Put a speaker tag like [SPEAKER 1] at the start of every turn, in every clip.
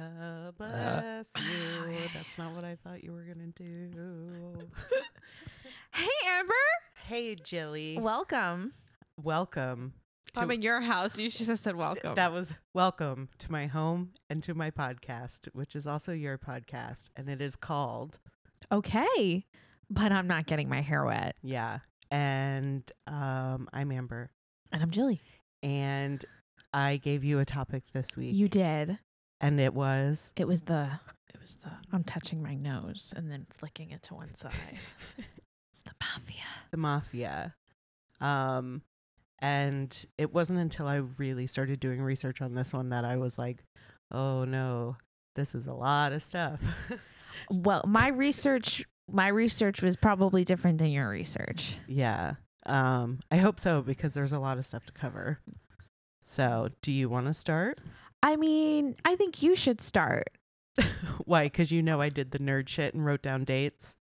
[SPEAKER 1] Uh, bless you. That's not what I thought you were gonna do.
[SPEAKER 2] Hey, Amber.
[SPEAKER 1] hey, Jilly.
[SPEAKER 2] Welcome.
[SPEAKER 1] welcome. To,
[SPEAKER 2] I'm in your house. You should have said welcome.
[SPEAKER 1] That was welcome to my home and to my podcast, which is also your podcast, and it is called
[SPEAKER 2] okay. But I'm not getting my hair wet.
[SPEAKER 1] yeah. And um, I'm Amber,
[SPEAKER 2] And I'm Jilly.
[SPEAKER 1] and I gave you a topic this week,
[SPEAKER 2] You did.
[SPEAKER 1] and it was
[SPEAKER 2] It was the. It was the. I'm touching my nose and then flicking it to one side. it's the mafia.
[SPEAKER 1] the mafia. Um, and it wasn't until I really started doing research on this one that I was like, oh no, this is a lot of stuff.
[SPEAKER 2] Well, my research. My research was probably different than your research.
[SPEAKER 1] yeah. Um, I hope so because there's a lot of stuff to cover. So, do you want to start?
[SPEAKER 2] I mean, I think you should start.
[SPEAKER 1] Why? Because you know I did the nerd shit and wrote down dates.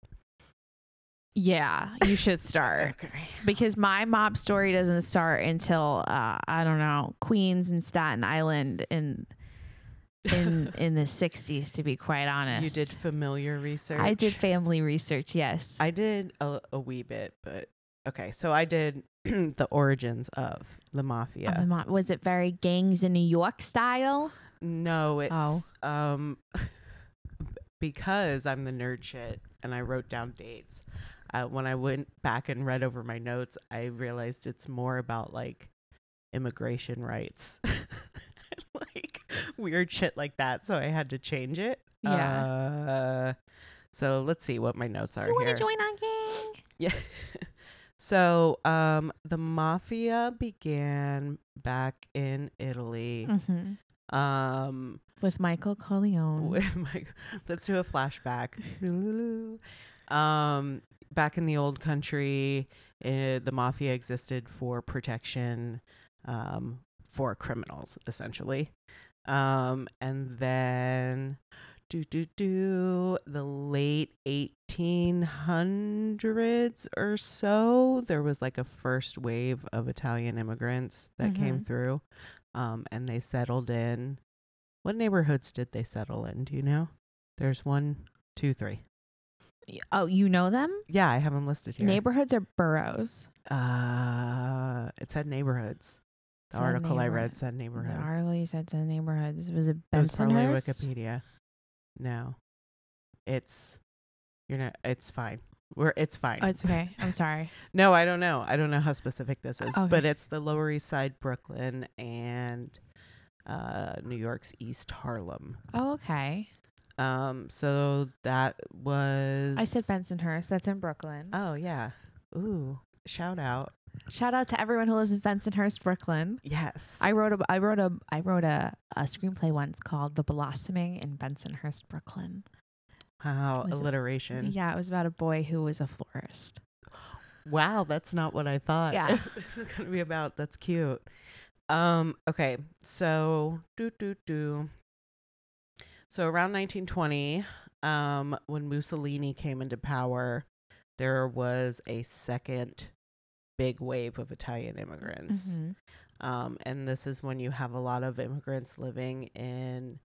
[SPEAKER 2] Yeah, you should start.
[SPEAKER 1] Okay.
[SPEAKER 2] because my mob story doesn't start until uh, I don't know Queens and Staten Island in in in the sixties. To be quite honest,
[SPEAKER 1] You did familiar research.
[SPEAKER 2] I did family research. Yes. Uh,
[SPEAKER 1] I did a, a wee bit, but okay. So I did the origins of the mafia.
[SPEAKER 2] Of the mob- was it very gangs in New York style? Oh.
[SPEAKER 1] No, it's um because I'm the nerd shit and I wrote down dates. Uh, when I went back and read over my notes, I realized it's more about like immigration rights, and, like weird shit like that. So I had to change it.
[SPEAKER 2] Yeah.
[SPEAKER 1] Uh, so let's see what my notes are
[SPEAKER 2] you want
[SPEAKER 1] here.
[SPEAKER 2] to join our gang?
[SPEAKER 1] Yeah. so um, the mafia began back in Italy.
[SPEAKER 2] Mm-hmm.
[SPEAKER 1] Um,
[SPEAKER 2] With Michael Corleone.
[SPEAKER 1] with my, let's do a flashback. um, back in the old country, eh, the mafia existed for protection um, for criminals, essentially. Um, and then, do do do, the late 1800s or so, there was like a first wave of Italian immigrants that came
[SPEAKER 2] Mhm.
[SPEAKER 1] through, um, and they settled in. What neighborhoods did they settle in? Do you know? There's one, two, three.
[SPEAKER 2] oh, you know them?
[SPEAKER 1] Yeah, I have them listed here.
[SPEAKER 2] Neighborhoods are boroughs.
[SPEAKER 1] Uh, it said neighborhoods. The
[SPEAKER 2] Said
[SPEAKER 1] article I read
[SPEAKER 2] neighborhood-
[SPEAKER 1] said
[SPEAKER 2] The
[SPEAKER 1] neighborhoods.
[SPEAKER 2] Arlo said the neighborhoods. Was it
[SPEAKER 1] it was probably
[SPEAKER 2] Bensonhurst?
[SPEAKER 1] Wikipedia. No, it's you're not. It's fine. We're it's fine.
[SPEAKER 2] Oh, it's okay. I'm sorry.
[SPEAKER 1] no, I don't know. I don't know how specific this is, but
[SPEAKER 2] Okay.
[SPEAKER 1] it's the Lower East Side, Brooklyn, and uh, New York's East Harlem.
[SPEAKER 2] Oh, okay.
[SPEAKER 1] Um, so that was
[SPEAKER 2] I said Bensonhurst. That's in Brooklyn.
[SPEAKER 1] Oh yeah. Ooh, shout out.
[SPEAKER 2] Shout out to everyone who lives in Bensonhurst, Brooklyn.
[SPEAKER 1] Yes.
[SPEAKER 2] I wrote a I wrote a I wrote a, a screenplay once called The Blossoming in Bensonhurst, Brooklyn.
[SPEAKER 1] Wow,
[SPEAKER 2] was-
[SPEAKER 1] alliteration.
[SPEAKER 2] Yeah, it was about a boy who was a florist.
[SPEAKER 1] Wow, that's not what I thought.
[SPEAKER 2] Yeah.
[SPEAKER 1] this is gonna be about. That's cute. Um, okay, so do do do. So around 1920, um, when Mussolini came into power, there was a second big wave of Italian immigrants.
[SPEAKER 2] Mhm.
[SPEAKER 1] Um, and this is when you have a lot of immigrants living in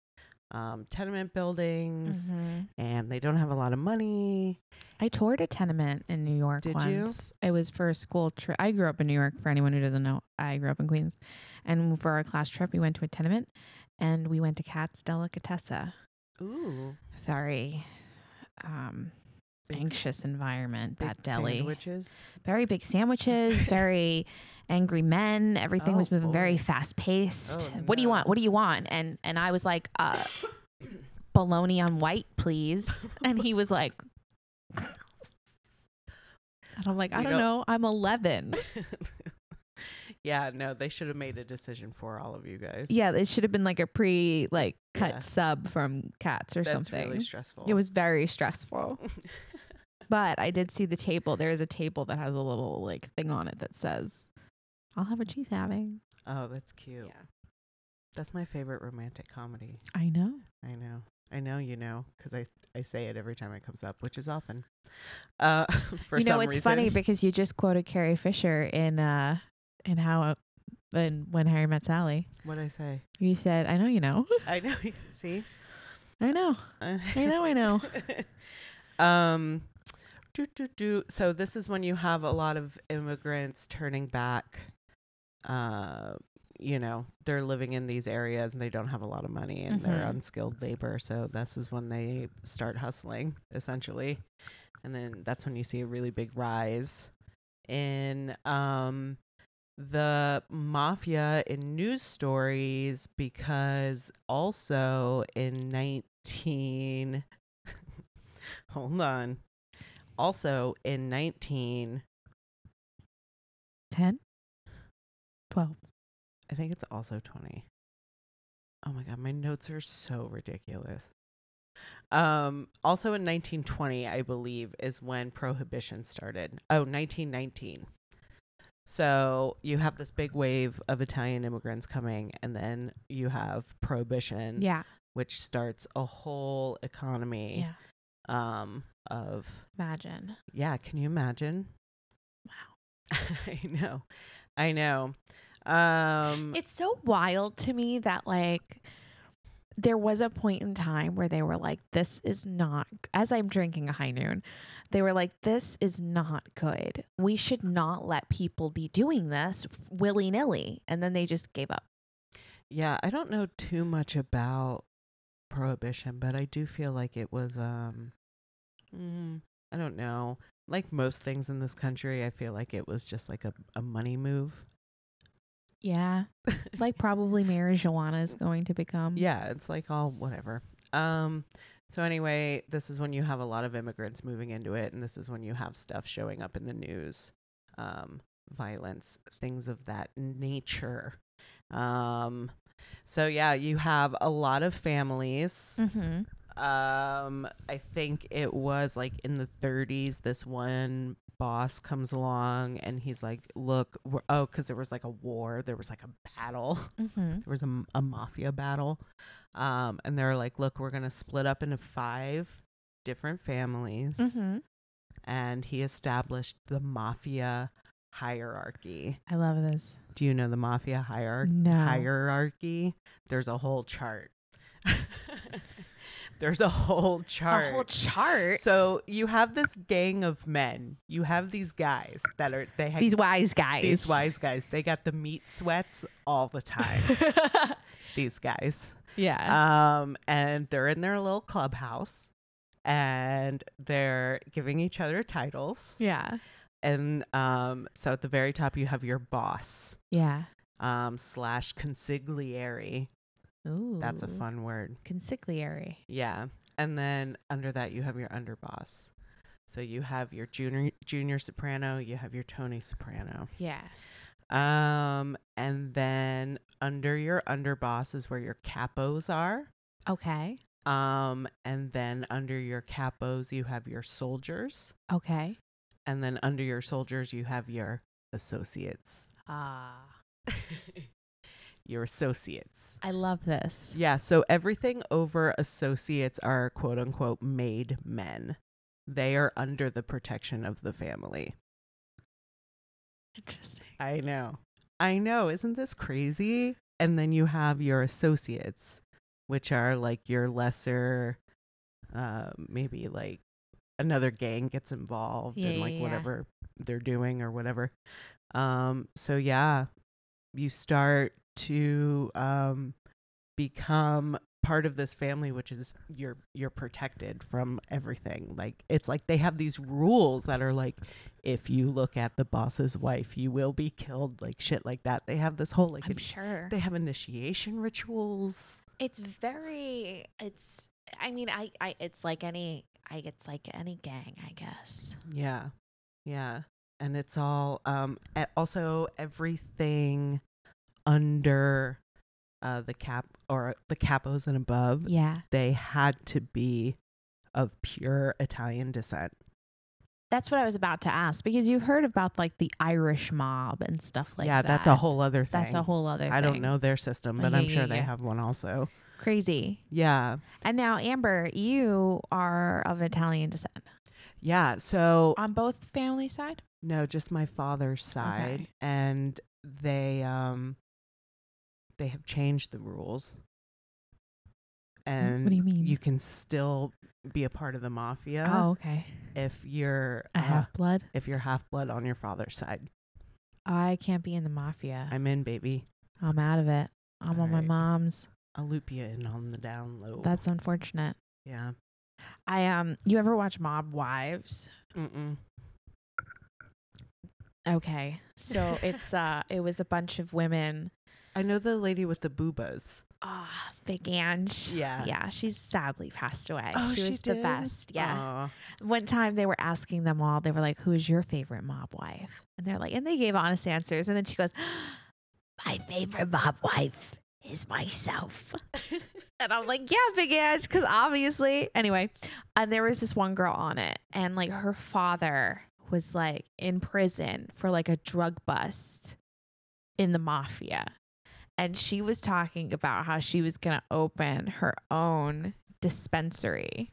[SPEAKER 1] um, tenement buildings
[SPEAKER 2] Mhm.
[SPEAKER 1] and they don't have a lot of money.
[SPEAKER 2] I toured a tenement in New York
[SPEAKER 1] Did you?
[SPEAKER 2] once. It was for a school trip. I grew up in New York for anyone who doesn't know. I grew up in Queens. And for our class trip, we went to a tenement and we went to Cat's Delicatessa.
[SPEAKER 1] Ooh,
[SPEAKER 2] Very um anxious environment that deli.
[SPEAKER 1] Sandwiches.
[SPEAKER 2] very big sandwiches, very angry men. Everything was
[SPEAKER 1] Oh,
[SPEAKER 2] moving very
[SPEAKER 1] boy.
[SPEAKER 2] fast paced.
[SPEAKER 1] Oh,
[SPEAKER 2] What do you
[SPEAKER 1] no.
[SPEAKER 2] want? What do you want? And and I was like, uh, bologna on white, please. And he was like, and I'm like, I
[SPEAKER 1] We
[SPEAKER 2] don't,
[SPEAKER 1] don't-
[SPEAKER 2] know. I'm 11.
[SPEAKER 1] yeah, no, they should have made a decision for all of you guys.
[SPEAKER 2] yeah, it should have been like a pre like cut
[SPEAKER 1] Yeah.
[SPEAKER 2] sub from Cats or
[SPEAKER 1] that's
[SPEAKER 2] something.
[SPEAKER 1] really stressful.
[SPEAKER 2] it was very stressful. But I did see the table. There is a table that has a little like thing on it that says, "I'll have what she's having."
[SPEAKER 1] oh, that's cute. That's my favorite romantic comedy.
[SPEAKER 2] I know.
[SPEAKER 1] I know. I know you know because I I say it every time it comes up, which is often. Uh, for
[SPEAKER 2] you know,
[SPEAKER 1] some
[SPEAKER 2] it's
[SPEAKER 1] reason.
[SPEAKER 2] funny because you just quoted Carrie Fisher in uh in how in when Harry met Sally.
[SPEAKER 1] What I say?
[SPEAKER 2] You said, "I know you know."
[SPEAKER 1] I know. See,
[SPEAKER 2] I know. I know. I know.
[SPEAKER 1] um do, do, do. so this is when you have a lot of immigrants turning back uh you know they're living in these areas and they don't have a lot of money and they're
[SPEAKER 2] Mhm.
[SPEAKER 1] unskilled labor so this is when they start hustling essentially and then that's when you see a really big rise in um the mafia in news stories because also in 19 hold on also in 19
[SPEAKER 2] Ten. Twelve.
[SPEAKER 1] I think it's also 20. Oh my god, my notes are so ridiculous. Um also in 1920, I believe, is when prohibition started. Oh, 1919. So, you have this big wave of Italian immigrants coming and then you have prohibition
[SPEAKER 2] Yeah.
[SPEAKER 1] which starts a whole economy
[SPEAKER 2] Yeah.
[SPEAKER 1] um of
[SPEAKER 2] Imagine.
[SPEAKER 1] yeah, can you imagine? Wow. I know. I know. Um
[SPEAKER 2] It's so wild to me that like there was a point in time where they were like, "This is not." As I'm drinking a high noon, they were like, "This is not good. We should not let people be doing this willy nilly." And then they just gave up.
[SPEAKER 1] Yeah, I don't know too much about prohibition, but I do feel like it was um mm, I don't know. Like most things in this country, I feel like it was just like a, a money move.
[SPEAKER 2] Yeah, like mm. probably marijuana is going to become.
[SPEAKER 1] yeah, it's like all whatever. Um so anyway, this is when you have a lot of immigrants moving into it and this is when you have stuff showing up in the news. Um violence, things of that nature. Um so yeah, you have a lot of families
[SPEAKER 2] Mm-hmm.
[SPEAKER 1] Um, I think it was like in the 30s. This one boss comes along and he's like, "Look, we're, oh, because there was like a war. There was like a battle.
[SPEAKER 2] Mm-hmm.
[SPEAKER 1] There was a, m- a mafia battle." Um, and they're like, "Look, we're gonna split up into five different families."
[SPEAKER 2] Mm-hmm.
[SPEAKER 1] And he established the mafia hierarchy.
[SPEAKER 2] I love this.
[SPEAKER 1] Do you know the mafia hierarchy?
[SPEAKER 2] No.
[SPEAKER 1] Hierarchy. There's a whole chart. There's a whole chart.
[SPEAKER 2] A whole chart.
[SPEAKER 1] So you have this gang of men. You have these guys that are they have
[SPEAKER 2] these wise guys.
[SPEAKER 1] these wise guys. They got the meat sweats all the time. these guys,
[SPEAKER 2] yeah.
[SPEAKER 1] um, and they're in their little clubhouse, and they're giving each other titles.
[SPEAKER 2] yeah.
[SPEAKER 1] And um, so at the very top, you have your boss
[SPEAKER 2] Yeah.
[SPEAKER 1] um, slash consigliere.
[SPEAKER 2] Ooh.
[SPEAKER 1] That's a fun word.
[SPEAKER 2] consigliere.
[SPEAKER 1] Yeah. And then under that you have your underboss. So you have your junior junior soprano, you have your Tony soprano.
[SPEAKER 2] Yeah.
[SPEAKER 1] Um and then under your underboss is where your capos are.
[SPEAKER 2] Okay.
[SPEAKER 1] Um and then under your capos you have your soldiers
[SPEAKER 2] Okay.
[SPEAKER 1] and then under your soldiers you have your associates.
[SPEAKER 2] Ah.
[SPEAKER 1] your associates.
[SPEAKER 2] I love this.
[SPEAKER 1] Yeah, so everything over associates are quote unquote made men. They are under the protection of the family.
[SPEAKER 2] Interesting.
[SPEAKER 1] I know. I know. Isn't this crazy? And then you have your associates, which are like your lesser, uh, maybe like another gang gets involved
[SPEAKER 2] Yeah,
[SPEAKER 1] in like
[SPEAKER 2] yeah, yeah.
[SPEAKER 1] whatever they're doing or whatever. Um, so yeah, you start to um, become part of this family which is you're you're protected from everything like it's like they have these rules that are like if you look at the boss's wife you will be killed like shit like that they have this whole like
[SPEAKER 2] I'm
[SPEAKER 1] in-
[SPEAKER 2] sure.
[SPEAKER 1] they have initiation rituals
[SPEAKER 2] It's very it's I mean, I, I it's like any I it's like any gang, I guess.
[SPEAKER 1] yeah yeah and it's all um a- also everything under uh the cap or the capos and above
[SPEAKER 2] Yeah.
[SPEAKER 1] they had to be of pure italian descent
[SPEAKER 2] That's what I was about to ask because you've heard about like the Irish mob and stuff like
[SPEAKER 1] yeah
[SPEAKER 2] that.
[SPEAKER 1] that's a whole other thing
[SPEAKER 2] that's a whole other
[SPEAKER 1] I don't
[SPEAKER 2] thing.
[SPEAKER 1] know their system, but
[SPEAKER 2] Yeah,
[SPEAKER 1] I'm
[SPEAKER 2] yeah,
[SPEAKER 1] sure they
[SPEAKER 2] yeah.
[SPEAKER 1] have one also.
[SPEAKER 2] Crazy.
[SPEAKER 1] Yeah.
[SPEAKER 2] And now Amber, you are of Italian descent.
[SPEAKER 1] Yeah. So,
[SPEAKER 2] On both family side?
[SPEAKER 1] no, just my father's side
[SPEAKER 2] Um, Okay.
[SPEAKER 1] and they um they have changed the rules. and
[SPEAKER 2] do you mean?
[SPEAKER 1] can still be a part of the mafia
[SPEAKER 2] Oh, Uh-huh. okay.
[SPEAKER 1] if you're
[SPEAKER 2] A
[SPEAKER 1] uh,
[SPEAKER 2] half blood.
[SPEAKER 1] if you're half blood on your father's side.
[SPEAKER 2] I can't be in the mafia.
[SPEAKER 1] I'm in, baby.
[SPEAKER 2] I'm, out of it. I'm on my
[SPEAKER 1] Alright.
[SPEAKER 2] mom's.
[SPEAKER 1] I'll loop you in on the down low.
[SPEAKER 2] That's unfortunate.
[SPEAKER 1] yeah.
[SPEAKER 2] I um. You ever watch Mob Wives?
[SPEAKER 1] Mm-mm.
[SPEAKER 2] Okay. So it's uh it was a bunch of women.
[SPEAKER 1] I know the lady with the boobas.
[SPEAKER 2] Ah, Big Ange.
[SPEAKER 1] Yeah.
[SPEAKER 2] Yeah, she's sadly passed away.
[SPEAKER 1] Oh,
[SPEAKER 2] she
[SPEAKER 1] she
[SPEAKER 2] was the
[SPEAKER 1] did?
[SPEAKER 2] best. Yeah.
[SPEAKER 1] Aw.
[SPEAKER 2] One time they were asking them all, they were like, Who is your favorite mob wife? And they're like, and they gave honest answers. And then she goes, My favorite mob wife is myself. and I'm like, Yeah, Big Ange, because obviously. Anyway, and there was this one girl on it, and like her father was like in prison for like a drug bust in the mafia. And she was talking about how she was going to open her own dispensary.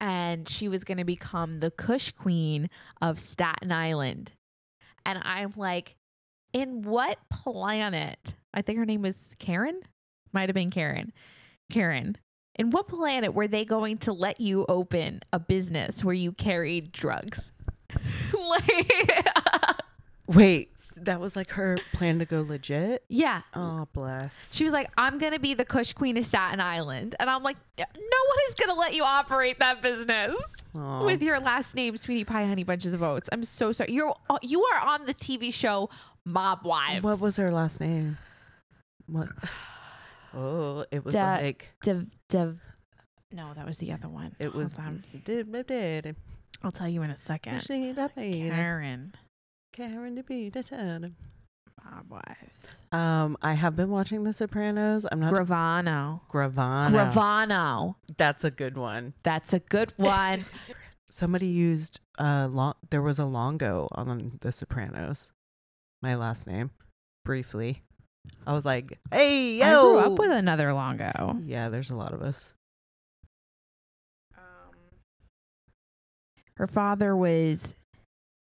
[SPEAKER 2] And she was going to become the Kush Queen of Staten Island. And I'm like, in what planet? I think her name was Karen. Might have been Karen. Karen. In what planet were they going to let you open a business where you carried drugs? like,
[SPEAKER 1] Wait, that was like her plan to go legit?
[SPEAKER 2] yeah.
[SPEAKER 1] Oh, bless.
[SPEAKER 2] She was like, I'm going to be the Kush Queen of Staten Island. And I'm like, no one is going to let you operate that business
[SPEAKER 1] Aw.
[SPEAKER 2] with your last name, Sweetie Pie, Honey Bunches of Oats. I'm so sorry. You're, uh, you are on the TV show Mob Wives.
[SPEAKER 1] What was her last name? What? Oh, it was
[SPEAKER 2] Da-
[SPEAKER 1] like
[SPEAKER 2] Div, div, no, that was the other one.
[SPEAKER 1] it was.
[SPEAKER 2] Hold on.
[SPEAKER 1] Did did- did
[SPEAKER 2] I'll tell you in a second.
[SPEAKER 1] she that made
[SPEAKER 2] Karen
[SPEAKER 1] Karen to be the turn.
[SPEAKER 2] Mob Wives.
[SPEAKER 1] Um, I have been watching The Sopranos. I'm not
[SPEAKER 2] Gravano.
[SPEAKER 1] Gravano.
[SPEAKER 2] Gravano.
[SPEAKER 1] That's a good one.
[SPEAKER 2] That's a good one.
[SPEAKER 1] Somebody used uh long. There was a Longo on The Sopranos. My last name, briefly. I was like, hey yo.
[SPEAKER 2] I grew up with another Longo.
[SPEAKER 1] Yeah, there's a lot of us.
[SPEAKER 2] Her father was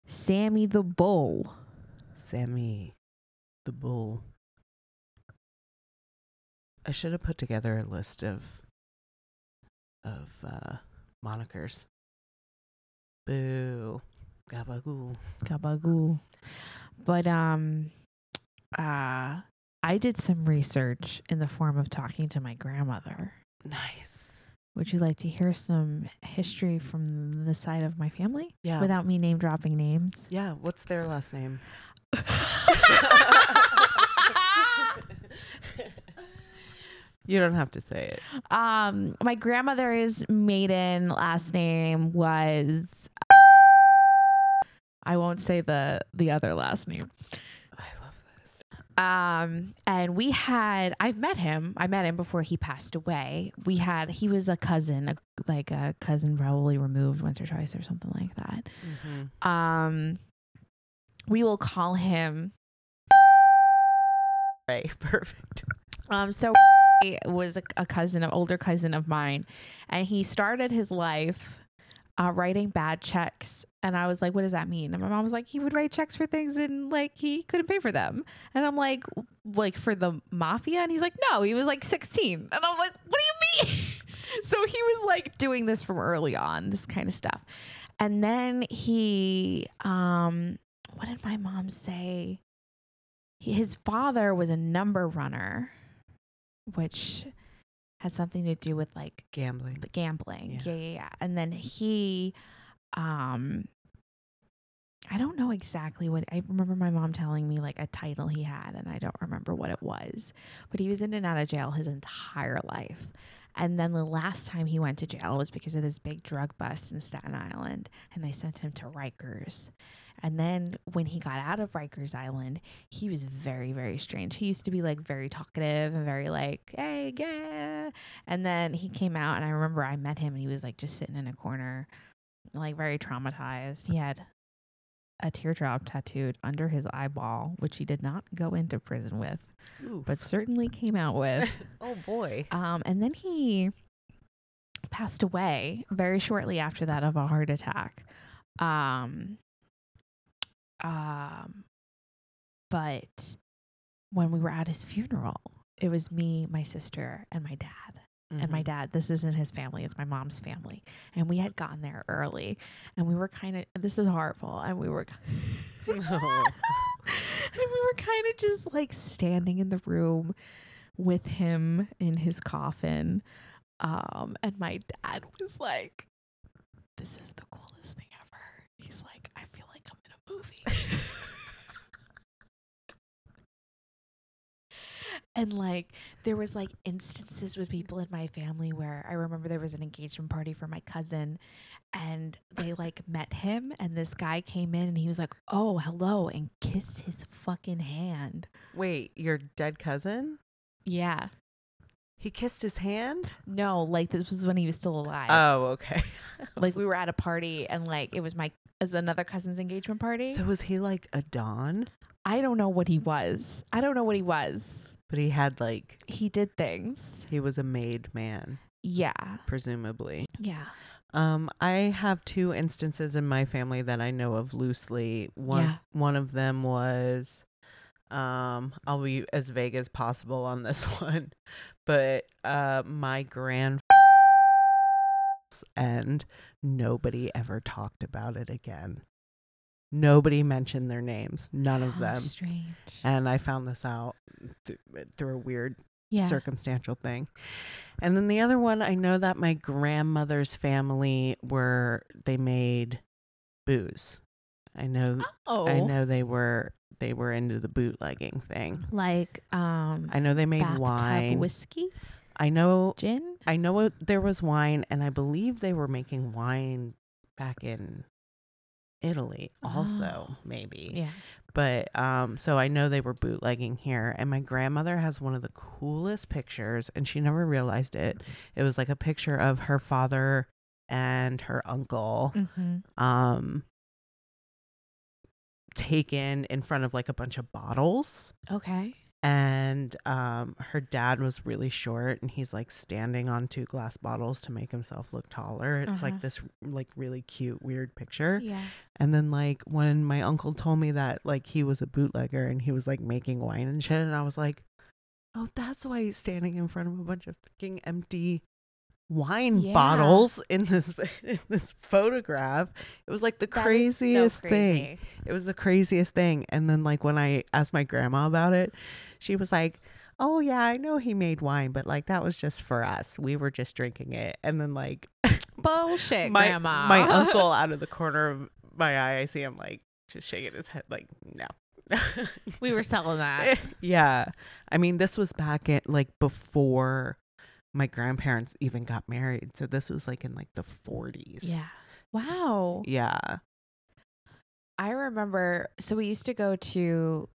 [SPEAKER 2] Sammy the Bull.
[SPEAKER 1] Sammy the Bull. I should have put together a list of of uh monikers. Boo. Gabagool.
[SPEAKER 2] Gabagool. But um uh I did some research in the form of talking to my grandmother.
[SPEAKER 1] Nice.
[SPEAKER 2] Would you like to hear some history from the side of my family
[SPEAKER 1] Yeah.
[SPEAKER 2] without me name dropping names?
[SPEAKER 1] yeah, what's their last name? you don't have to say it.
[SPEAKER 2] um my grandmother's maiden last name was I won't say the the other last name.
[SPEAKER 1] I love this.
[SPEAKER 2] um and we had i've met him i met him before he passed away we had he was a cousin a, like a cousin probably removed once or twice or something like that
[SPEAKER 1] Mm-hmm.
[SPEAKER 2] um we will call him
[SPEAKER 1] Right, perfect.
[SPEAKER 2] um so was a, a cousin an older cousin of mine and he started his life uh, writing bad checks and i was like what does that mean and my mom was like he would write checks for things and like he couldn't pay for them and i'm like w- like for the mafia and he's like no he was like 16 and i'm like what do you mean so he was like doing this from early on this kind of stuff and then he um what did my mom say he, his father was a number runner which had something to do with like
[SPEAKER 1] Gambling.
[SPEAKER 2] but gambling. Yeah.
[SPEAKER 1] Yeah.
[SPEAKER 2] yeah, yeah, And then he, um, I don't know exactly what I remember my mom telling me like a title he had, and I don't remember what it was, but he was in and out of jail his entire life. And then the last time he went to jail was because of this big drug bust in Staten Island, and they sent him to Rikers. And then when he got out of Rikers Island, he was very, very strange. He used to be like very talkative and very like, hey, yeah, and then he came out, and I remember I met him, and he was like just sitting in a corner, like very traumatized. He had a teardrop tattooed under his eyeball, which he did not go into prison with,
[SPEAKER 1] Ooh.
[SPEAKER 2] but certainly came out with.
[SPEAKER 1] oh boy.
[SPEAKER 2] Um, and then he passed away very shortly after that of a heart attack. Um, um, but when we were at his funeral, it was me, my sister, and my dad. And my
[SPEAKER 1] Mhm.
[SPEAKER 2] dad, this isn't his family, it's my mom's family. And we had gotten there early and we were kind of, this is horrible. And we were,
[SPEAKER 1] No.
[SPEAKER 2] and we
[SPEAKER 1] Mm-hmm.
[SPEAKER 2] were kind of just like standing in the room with him in his coffin. Um, and my dad was like, this is the coolest thing ever. He's like, I feel like I'm in a movie. and like there was like instances with people in my family where I remember there was an engagement party for my cousin and they like met him and this guy came in and he was like, "Oh, hello," and kissed his fucking hand.
[SPEAKER 1] Wait, your dead cousin?
[SPEAKER 2] Yeah.
[SPEAKER 1] He kissed his hand?
[SPEAKER 2] No, like this was when he was still alive.
[SPEAKER 1] Oh, okay.
[SPEAKER 2] like we were at a party and like it was my it was another cousin's engagement party.
[SPEAKER 1] So was he like a don?
[SPEAKER 2] I don't know what he was. I don't know what he was.
[SPEAKER 1] But he had like
[SPEAKER 2] He did things.
[SPEAKER 1] he was a made man,
[SPEAKER 2] Yeah.
[SPEAKER 1] presumably.
[SPEAKER 2] Yeah.
[SPEAKER 1] Um, I have two instances in my family that I know of loosely. One
[SPEAKER 2] Yeah.
[SPEAKER 1] one of them was um I'll be as vague as possible on this one. But uh my grand and nobody ever talked about it again. Nobody mentioned their names, none of
[SPEAKER 2] How
[SPEAKER 1] them.
[SPEAKER 2] Oh, Strange.
[SPEAKER 1] And I found this out th- through a weird
[SPEAKER 2] yeah.
[SPEAKER 1] circumstantial thing. And then the other one, I know that my grandmother's family were they made booze. I know
[SPEAKER 2] oh.
[SPEAKER 1] I know they were they were into the bootlegging thing.
[SPEAKER 2] Like um
[SPEAKER 1] I know they made
[SPEAKER 2] bathtub
[SPEAKER 1] wine.
[SPEAKER 2] whiskey,
[SPEAKER 1] I know
[SPEAKER 2] gin.
[SPEAKER 1] I know it- there was wine and I believe they were making wine back in Italy also
[SPEAKER 2] Oh.
[SPEAKER 1] maybe.
[SPEAKER 2] Yeah.
[SPEAKER 1] But um, so I know they were bootlegging here, and my grandmother has one of the coolest pictures, and she never realized it. It was like a picture of her father and her uncle,
[SPEAKER 2] Mm-hmm.
[SPEAKER 1] um, taken in front of like a bunch of bottles.
[SPEAKER 2] Okay.
[SPEAKER 1] And um, her dad was really short, and he's like standing on two glass bottles to make himself look taller. It's
[SPEAKER 2] Uh-huh.
[SPEAKER 1] like this, like really cute, weird picture.
[SPEAKER 2] Yeah.
[SPEAKER 1] And then like when my uncle told me that like he was a bootlegger and he was like making wine and shit, and I was like, oh, that's why he's standing in front of a bunch of fucking empty wine
[SPEAKER 2] Yeah.
[SPEAKER 1] bottles in this in this photograph. It was like the craziest thing. It was the craziest thing. And then like when I asked my grandma about it, she was like. Oh yeah, I know he made wine, but like that was just for us. We were just drinking it. And then like
[SPEAKER 2] Bullshit,
[SPEAKER 1] my,
[SPEAKER 2] grandma.
[SPEAKER 1] My uncle out of the corner of my eye, I see him like just shaking his head like no. Eh,
[SPEAKER 2] we were selling that.
[SPEAKER 1] yeah. I mean, this was back at like before my grandparents even got married. So this was like in like the 40s.
[SPEAKER 2] yeah. Wow.
[SPEAKER 1] Yeah.
[SPEAKER 2] I remember. So we used to go to.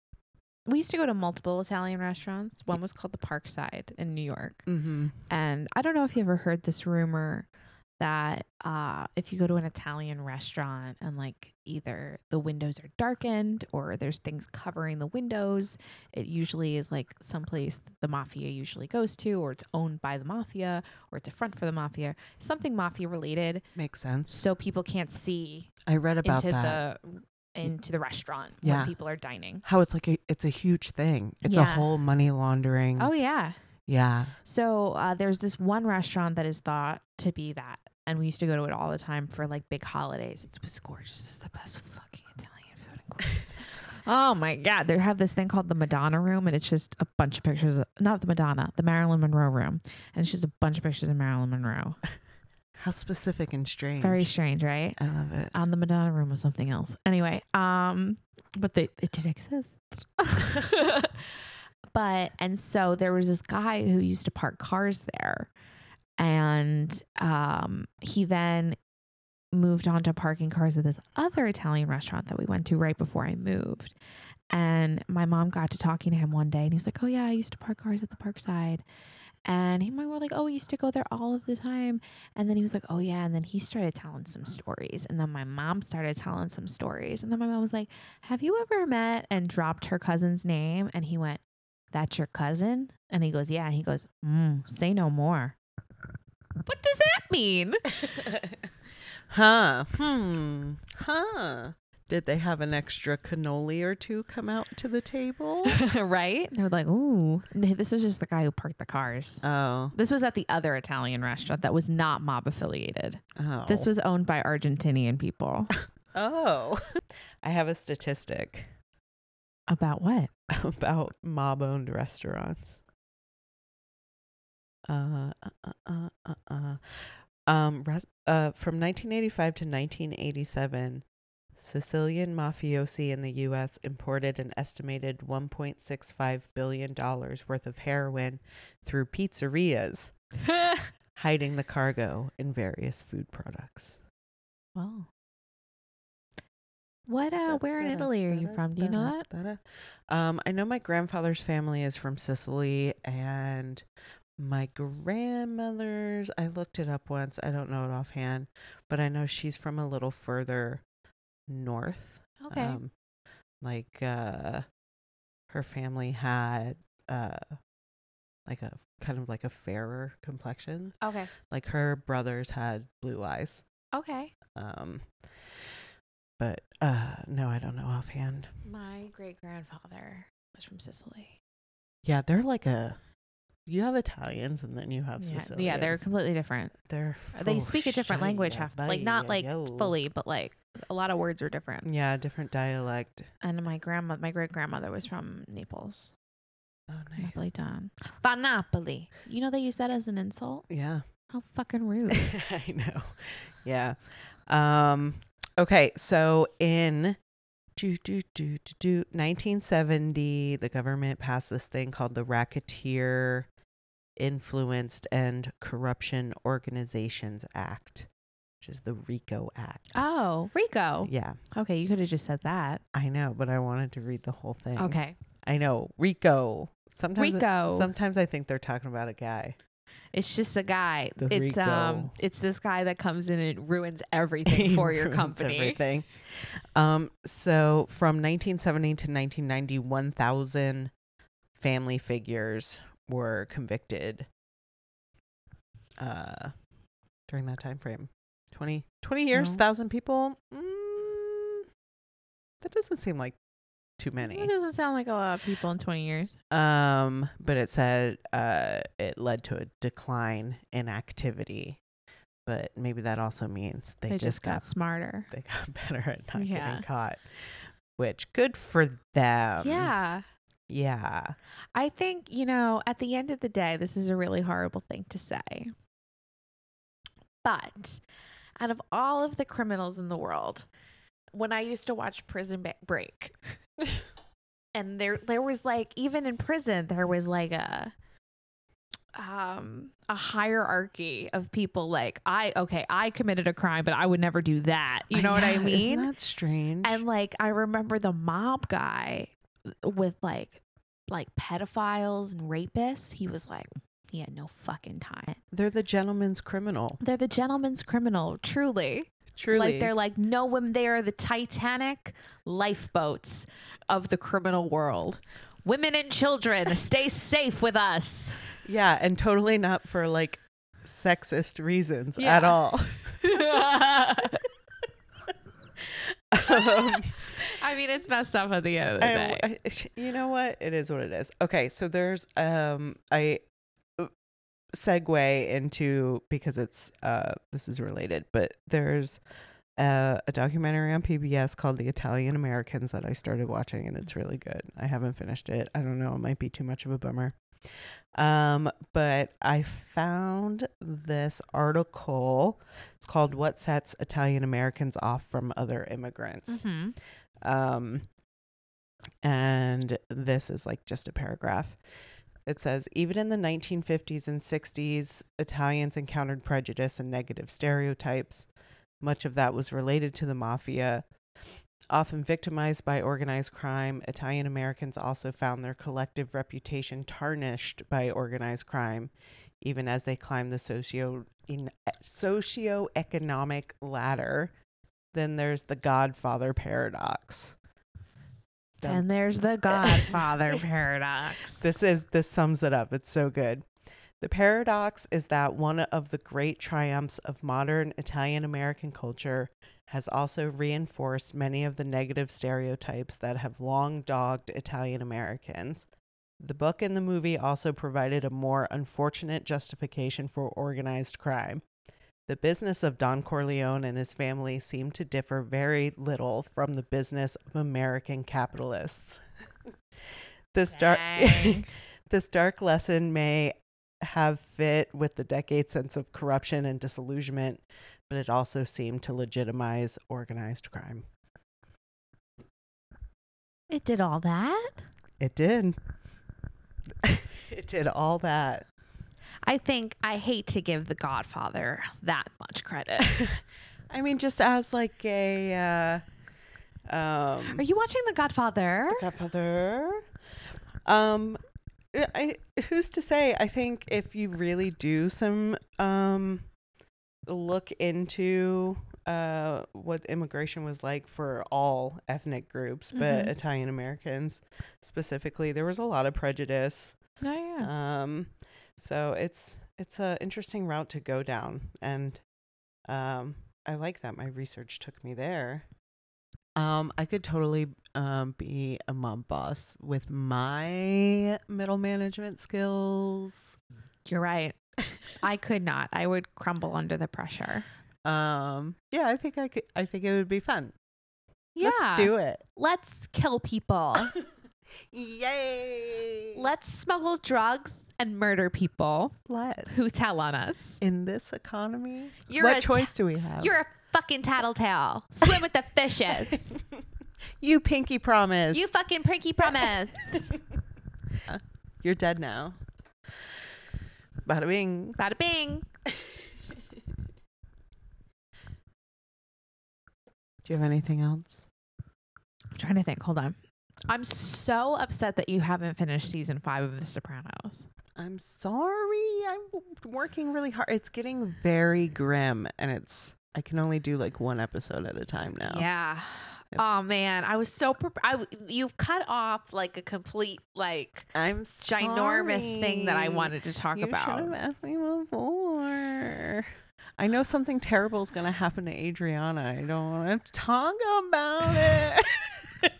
[SPEAKER 2] We used to go to multiple Italian restaurants. One was called the Parkside in New York.
[SPEAKER 1] Mm-hmm.
[SPEAKER 2] And I don't know if you ever heard this rumor that uh, if you go to an Italian restaurant and like either the windows are darkened or there's things covering the windows, it usually is like someplace that the mafia usually goes to, or it's owned by the mafia, or it's a front for the mafia, something mafia related,
[SPEAKER 1] Makes sense.
[SPEAKER 2] so people can't see
[SPEAKER 1] I read about
[SPEAKER 2] into
[SPEAKER 1] that.
[SPEAKER 2] the into the restaurant
[SPEAKER 1] Yeah.
[SPEAKER 2] when people are dining.
[SPEAKER 1] How it's like a, it's a huge thing. It's a
[SPEAKER 2] Yeah.
[SPEAKER 1] whole money laundering.
[SPEAKER 2] Oh yeah.
[SPEAKER 1] yeah.
[SPEAKER 2] So uh, there's this one restaurant that is thought to be that, and we used to go to it all the time for like big holidays. It was gorgeous. It's the best fucking Italian food in Queens. oh my god, they have this thing called the Madonna Room, and it's just a bunch of pictures. Of, not the Madonna, the Marilyn Monroe Room, and it's just a bunch of pictures of Marilyn Monroe.
[SPEAKER 1] How specific and strange.
[SPEAKER 2] Very strange, right?
[SPEAKER 1] I love it.
[SPEAKER 2] on the Madonna room was something else. Anyway, um, but they it did exist. but and so there was this guy who used to park cars there, and um, he then moved on to parking cars at this other Italian restaurant that we went to right before I moved. And my mom got to talking to him one day, and he was like, "Oh yeah, I used to park cars at the Parkside." And he and my mom were like, "Oh, we used to go there all of the time." And then he was like, "Oh yeah." And then he started telling some stories, and then my mom started telling some stories, and then my mom was like, "Have you ever met?" And dropped her cousin's name, and he went, "That's your cousin?" And he goes, "Yeah." And he goes, mm, "Say no more." What does that mean?
[SPEAKER 1] huh. Hmm. Huh. Did they have an extra cannoli or two come out to the table?
[SPEAKER 2] right? They were like, ooh, this was just the guy who parked the cars.
[SPEAKER 1] Oh,
[SPEAKER 2] This was at the other Italian restaurant that was not mob affiliated.
[SPEAKER 1] oh,
[SPEAKER 2] This was owned by Argentinian people.
[SPEAKER 1] Oh, I have a statistic
[SPEAKER 2] About what?
[SPEAKER 1] about mob-owned restaurants. Uh, uh, uh, uh, uh, uh. Um, res- uh, from 1985 to 1987, Sicilian mafiosi in the U.S. imported an estimated 1.65 billion dollars worth of heroin through pizzerias, hiding the cargo in various food products.
[SPEAKER 2] well, what? Uh, where in Italy are you from? Do you know that?
[SPEAKER 1] Um, I know my grandfather's family is from Sicily, and my grandmother's. I looked it up once. I don't know it offhand, but I know she's from a little further north. Um, like uh, her family had uh, like a kind of like a fairer complexion.
[SPEAKER 2] okay.
[SPEAKER 1] Like her brothers had blue eyes.
[SPEAKER 2] Okay.
[SPEAKER 1] Um, but uh, no, I don't know offhand.
[SPEAKER 2] My great grandfather was from Sicily.
[SPEAKER 1] Yeah, they're like a. You have Italians and then you have
[SPEAKER 2] Yeah,
[SPEAKER 1] Sicilians.
[SPEAKER 2] yeah, they're completely different. Uh,
[SPEAKER 1] they're
[SPEAKER 2] they
[SPEAKER 1] oh,
[SPEAKER 2] speak a different language,
[SPEAKER 1] shia,
[SPEAKER 2] half like not
[SPEAKER 1] baya,
[SPEAKER 2] like
[SPEAKER 1] yo.
[SPEAKER 2] fully, but like a lot of words are different.
[SPEAKER 1] Yeah, different dialect.
[SPEAKER 2] And my grandma, my great grandmother was from Naples,
[SPEAKER 1] Oh, nice.
[SPEAKER 2] Napoli Don, Va Napoli. You know they use that as an insult.
[SPEAKER 1] Yeah,
[SPEAKER 2] How fucking rude.
[SPEAKER 1] I know. Yeah. Um. Okay. So in do do do do do 1970, the government passed this thing called the Racketeer Influenced and Corruption Organizations Act, which is the RICO Act.
[SPEAKER 2] oh, Rico.
[SPEAKER 1] Yeah,
[SPEAKER 2] Okay, you could have just said that.
[SPEAKER 1] I know, but I wanted to read the whole thing.
[SPEAKER 2] Okay,
[SPEAKER 1] I know. Rico. Sometimes
[SPEAKER 2] Rico.
[SPEAKER 1] sometimes I think they're talking about a guy.
[SPEAKER 2] it's just a guy.
[SPEAKER 1] The
[SPEAKER 2] it's um,
[SPEAKER 1] Rico.
[SPEAKER 2] it's this guy that comes in and ruins everything for your
[SPEAKER 1] Ruins
[SPEAKER 2] company.
[SPEAKER 1] Everything. Um, so from 1970 to 1990, 1,000 family figures were convicted uh, during that time frame. 20, 20 years,
[SPEAKER 2] No.
[SPEAKER 1] 1,000 people. Mm, that doesn't seem like too many.
[SPEAKER 2] It doesn't sound like a lot of people in twenty years.
[SPEAKER 1] Um, but it said uh, it led to a decline in activity. But maybe that also means they,
[SPEAKER 2] They, just, got, smarter.
[SPEAKER 1] they got better at not
[SPEAKER 2] Yeah.
[SPEAKER 1] getting caught, which good for them.
[SPEAKER 2] yeah.
[SPEAKER 1] Yeah.
[SPEAKER 2] I think, you know, at the end of the day, this is a really horrible thing to say. But out of all of the criminals in the world, when I used to watch Prison Ba- Break, and there there was like even in prison there was like a um a hierarchy of people like I okay, I committed a crime, but I would never do that. You know what I
[SPEAKER 1] know,
[SPEAKER 2] mean?
[SPEAKER 1] Isn't that strange?
[SPEAKER 2] And like I remember the mob guy with like like pedophiles and rapists, he was like he had no fucking time.
[SPEAKER 1] They're the gentleman's criminal.
[SPEAKER 2] They're the gentleman's criminal, truly.
[SPEAKER 1] Truly.
[SPEAKER 2] Like they're like no women they are the Titanic lifeboats of the criminal world. Women and children, stay safe with us.
[SPEAKER 1] yeah, and totally not for like sexist reasons at
[SPEAKER 2] Yeah.
[SPEAKER 1] all. um,
[SPEAKER 2] I mean, it's messed up at the end of the
[SPEAKER 1] I-
[SPEAKER 2] day.
[SPEAKER 1] I- sh- you know what? It is what it is. Okay, so there's um I uh, segue into because it's uh this is related, but there's uh, a documentary on PBS called The Italian Americans that I started watching and it's really good. I haven't finished it. I don't know, it might be too much of a bummer. Um, but I found this article. It's called What Sets Italian Americans Off from Other Immigrants.
[SPEAKER 2] Mhm.
[SPEAKER 1] Um, and this is like just a paragraph. It says, even in the 1950s and 60s, Italians encountered prejudice and negative stereotypes. Much of that was related to the mafia. Often victimized by organized crime, Italian Americans also found their collective reputation tarnished by organized crime, even as they climbed the socio in, socioeconomic ladder. Then there's the Godfather paradox. Dun-
[SPEAKER 2] And there's the Godfather paradox.
[SPEAKER 1] This is this sums it up. It's so good. The paradox is that one of the great triumphs of modern Italian American culture has also reinforced many of the negative stereotypes that have long dogged Italian Americans. The book and the movie also provided a more unfortunate justification for organized crime. The business of Don Corleone and his family seemed to differ very little from the business of American capitalists. this dark
[SPEAKER 2] Dang.
[SPEAKER 1] this dark lesson may have fit with the decade's sense of corruption and disillusionment, but it also seemed to legitimize organized crime.
[SPEAKER 2] It did all that.
[SPEAKER 1] It did. it did all that.
[SPEAKER 2] I think I hate to give The Godfather that much credit.
[SPEAKER 1] I mean, just as like a uh, um,
[SPEAKER 2] Are you watching The Godfather?
[SPEAKER 1] Godfather. Um, I who's to say? I think if you really do some um, look into uh what immigration was like for all ethnic groups, but
[SPEAKER 2] Mhm.
[SPEAKER 1] Italian Americans specifically, there was a lot of prejudice.
[SPEAKER 2] No, yeah.
[SPEAKER 1] Um, so it's it's a interesting route to go down, and um, I like that my research took me there. Um, I could totally um be a mom boss with my middle management skills.
[SPEAKER 2] You're right. I could not. I would crumble under the pressure.
[SPEAKER 1] Um, yeah, I think I could. I think it would be fun. Let's do it.
[SPEAKER 2] Let's kill people.
[SPEAKER 1] Yay!
[SPEAKER 2] Let's smuggle drugs and murder people
[SPEAKER 1] Let's.
[SPEAKER 2] who tell on us.
[SPEAKER 1] in this economy?
[SPEAKER 2] You're
[SPEAKER 1] what
[SPEAKER 2] a ta-
[SPEAKER 1] choice do we have?
[SPEAKER 2] You're a fucking tattletale. Swim with the fishes.
[SPEAKER 1] you pinky promise.
[SPEAKER 2] you fucking pranky promise.
[SPEAKER 1] You're dead now. Bada bing.
[SPEAKER 2] Bada bing.
[SPEAKER 1] Do you have anything else?
[SPEAKER 2] I'm trying to think. Hold on. I'm so upset that you haven't finished season five of The Sopranos.
[SPEAKER 1] I'm sorry. I'm working really hard. It's getting very grim and it's I can only do like one episode at a time now.
[SPEAKER 2] Yeah.
[SPEAKER 1] Yep.
[SPEAKER 2] Oh man, I was so. Pre- I w- you've cut off like a complete like
[SPEAKER 1] I'm
[SPEAKER 2] ginormous thing that I
[SPEAKER 1] sorry.
[SPEAKER 2] wanted to talk
[SPEAKER 1] you
[SPEAKER 2] about.
[SPEAKER 1] should have asked me before. I know something terrible is going to happen to Adriana. I don't want to talk about it.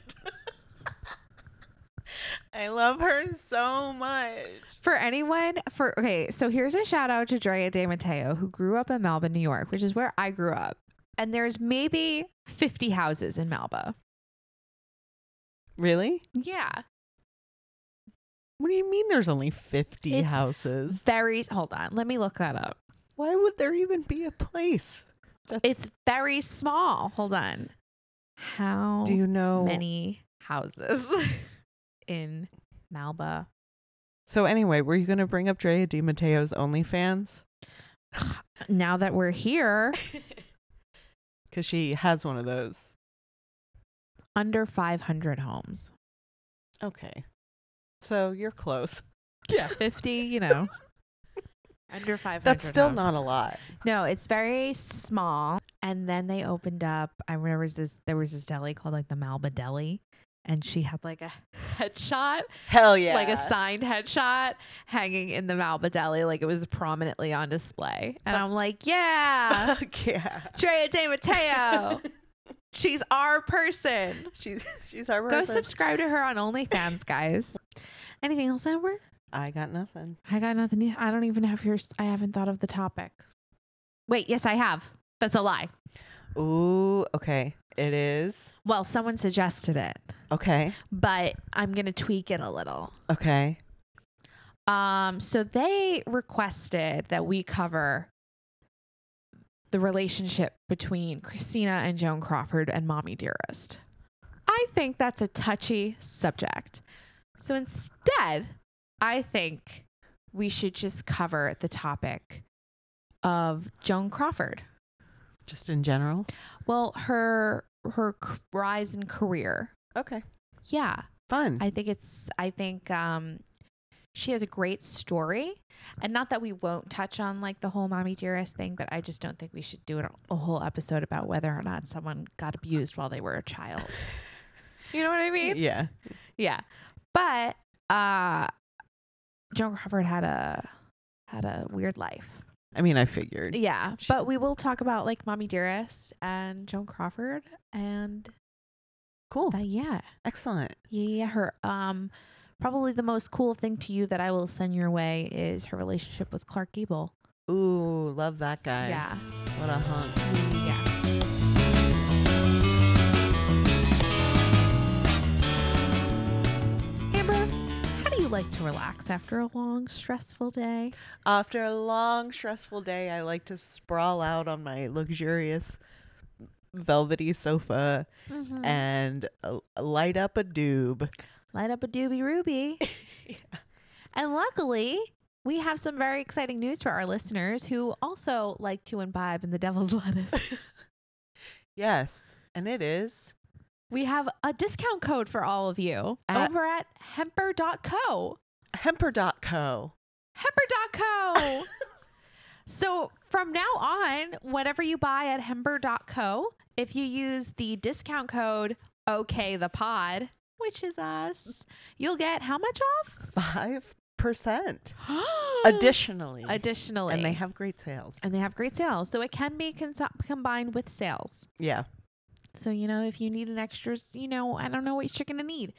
[SPEAKER 1] I love her so much.
[SPEAKER 2] For anyone, for okay, so here's a shout out to Drea De Mateo, who grew up in Melba, New York, which is where I grew up. And there's maybe 50 houses in Melba.
[SPEAKER 1] Really?
[SPEAKER 2] Yeah.
[SPEAKER 1] What do you mean there's only 50
[SPEAKER 2] It's-
[SPEAKER 1] houses?
[SPEAKER 2] Very, hold on, let me look that up.
[SPEAKER 1] Why would there even be a place? That's,
[SPEAKER 2] It's very small. Hold on. How
[SPEAKER 1] do you know?
[SPEAKER 2] many houses in Malba?
[SPEAKER 1] So anyway, were you going to bring up Drea Di Matteo's OnlyFans?
[SPEAKER 2] Now that we're here,
[SPEAKER 1] Because she has one of those.
[SPEAKER 2] under 500 homes.
[SPEAKER 1] Okay. So you're close.
[SPEAKER 2] Yeah. 50, you know. Under 500.
[SPEAKER 1] That's still
[SPEAKER 2] homes.
[SPEAKER 1] not a lot.
[SPEAKER 2] No, it's very small. And then they opened up. I remember this. There was this deli called like the Malba Deli, and she had like a headshot,
[SPEAKER 1] Hell yeah.
[SPEAKER 2] like a signed headshot, hanging in the Malba Deli, like it was prominently on display. And I'm like, yeah,
[SPEAKER 1] Fuck yeah.
[SPEAKER 2] Drea De Mateo, she's our person.
[SPEAKER 1] she's she's our
[SPEAKER 2] Go
[SPEAKER 1] person.
[SPEAKER 2] subscribe to her on OnlyFans, guys. Anything else, Edward?
[SPEAKER 1] I got nothing.
[SPEAKER 2] I got nothing. e- I don't even have your. s- I haven't thought of the topic. Wait, yes, I have. That's a lie.
[SPEAKER 1] Ooh, okay. It is.
[SPEAKER 2] Well, someone suggested it,
[SPEAKER 1] Okay.
[SPEAKER 2] but I'm going to tweak it a little.
[SPEAKER 1] Okay.
[SPEAKER 2] Um, so they requested that we cover the relationship between Christina and Joan Crawford and Mommy Dearest. I think that's a touchy subject. So instead, I think we should just cover the topic of Joan Crawford.
[SPEAKER 1] Just in general.
[SPEAKER 2] Well, her her c- rise in career.
[SPEAKER 1] Okay.
[SPEAKER 2] Yeah.
[SPEAKER 1] Fun.
[SPEAKER 2] I think it's I think um she has a great story. And not that we won't touch on like the whole mommy dearest thing, but I just don't think we should do an, a whole episode about whether or not someone got abused while they were a child. you know what I mean?
[SPEAKER 1] yeah.
[SPEAKER 2] Yeah. But uh Joan Crawford had a had a weird life.
[SPEAKER 1] I mean, I figured.
[SPEAKER 2] Yeah,
[SPEAKER 1] She-
[SPEAKER 2] but we will talk about like Mommy Dearest and Joan Crawford and
[SPEAKER 1] Cool.
[SPEAKER 2] that, yeah,
[SPEAKER 1] Excellent.
[SPEAKER 2] yeah, her. Um, probably the most cool thing to you that I will send your way is her relationship with Clark Gable.
[SPEAKER 1] Ooh, love that guy.
[SPEAKER 2] Yeah,
[SPEAKER 1] What a hunk.
[SPEAKER 2] yeah. Amber, how do you like to relax after a long, stressful day?
[SPEAKER 1] After a long, stressful day, I like to sprawl out on my luxurious velvety sofa
[SPEAKER 2] Mm-hmm.
[SPEAKER 1] and uh, light up a doob.
[SPEAKER 2] Light up a doobie ruby. And luckily, we have some very exciting news for our listeners who also like to imbibe in the devil's lettuce.
[SPEAKER 1] Yes. And it is.
[SPEAKER 2] we have a discount code for all of you
[SPEAKER 1] Uh,
[SPEAKER 2] over at hemper.co.
[SPEAKER 1] Hemper.co.
[SPEAKER 2] Hemper.co. so from now on, whatever you buy at hemper.co, if you use the discount code OK the pod, which is us, you'll get how much off?
[SPEAKER 1] 5% additionally.
[SPEAKER 2] Additionally.
[SPEAKER 1] And they have great sales.
[SPEAKER 2] and they have great sales. So it can be cons- combined with sales.
[SPEAKER 1] Yeah.
[SPEAKER 2] So, you know, if you need an extra, s- you know, I don't know what you're going to need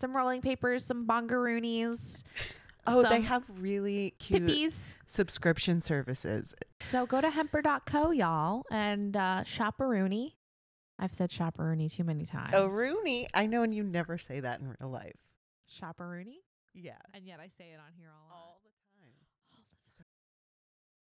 [SPEAKER 2] some rolling papers, some bongaroonies.
[SPEAKER 1] Oh, they
[SPEAKER 2] some
[SPEAKER 1] have really cute
[SPEAKER 2] Pippies.
[SPEAKER 1] subscription services.
[SPEAKER 2] So go to hemper.co, y'all, and uh, shop a rooney. I've said shop a rooney too many times.
[SPEAKER 1] Oh, Rooney. I know, and you never say that in real life.
[SPEAKER 2] Shop a rooney?
[SPEAKER 1] Yeah.
[SPEAKER 2] And yet I say it on here all,
[SPEAKER 1] All the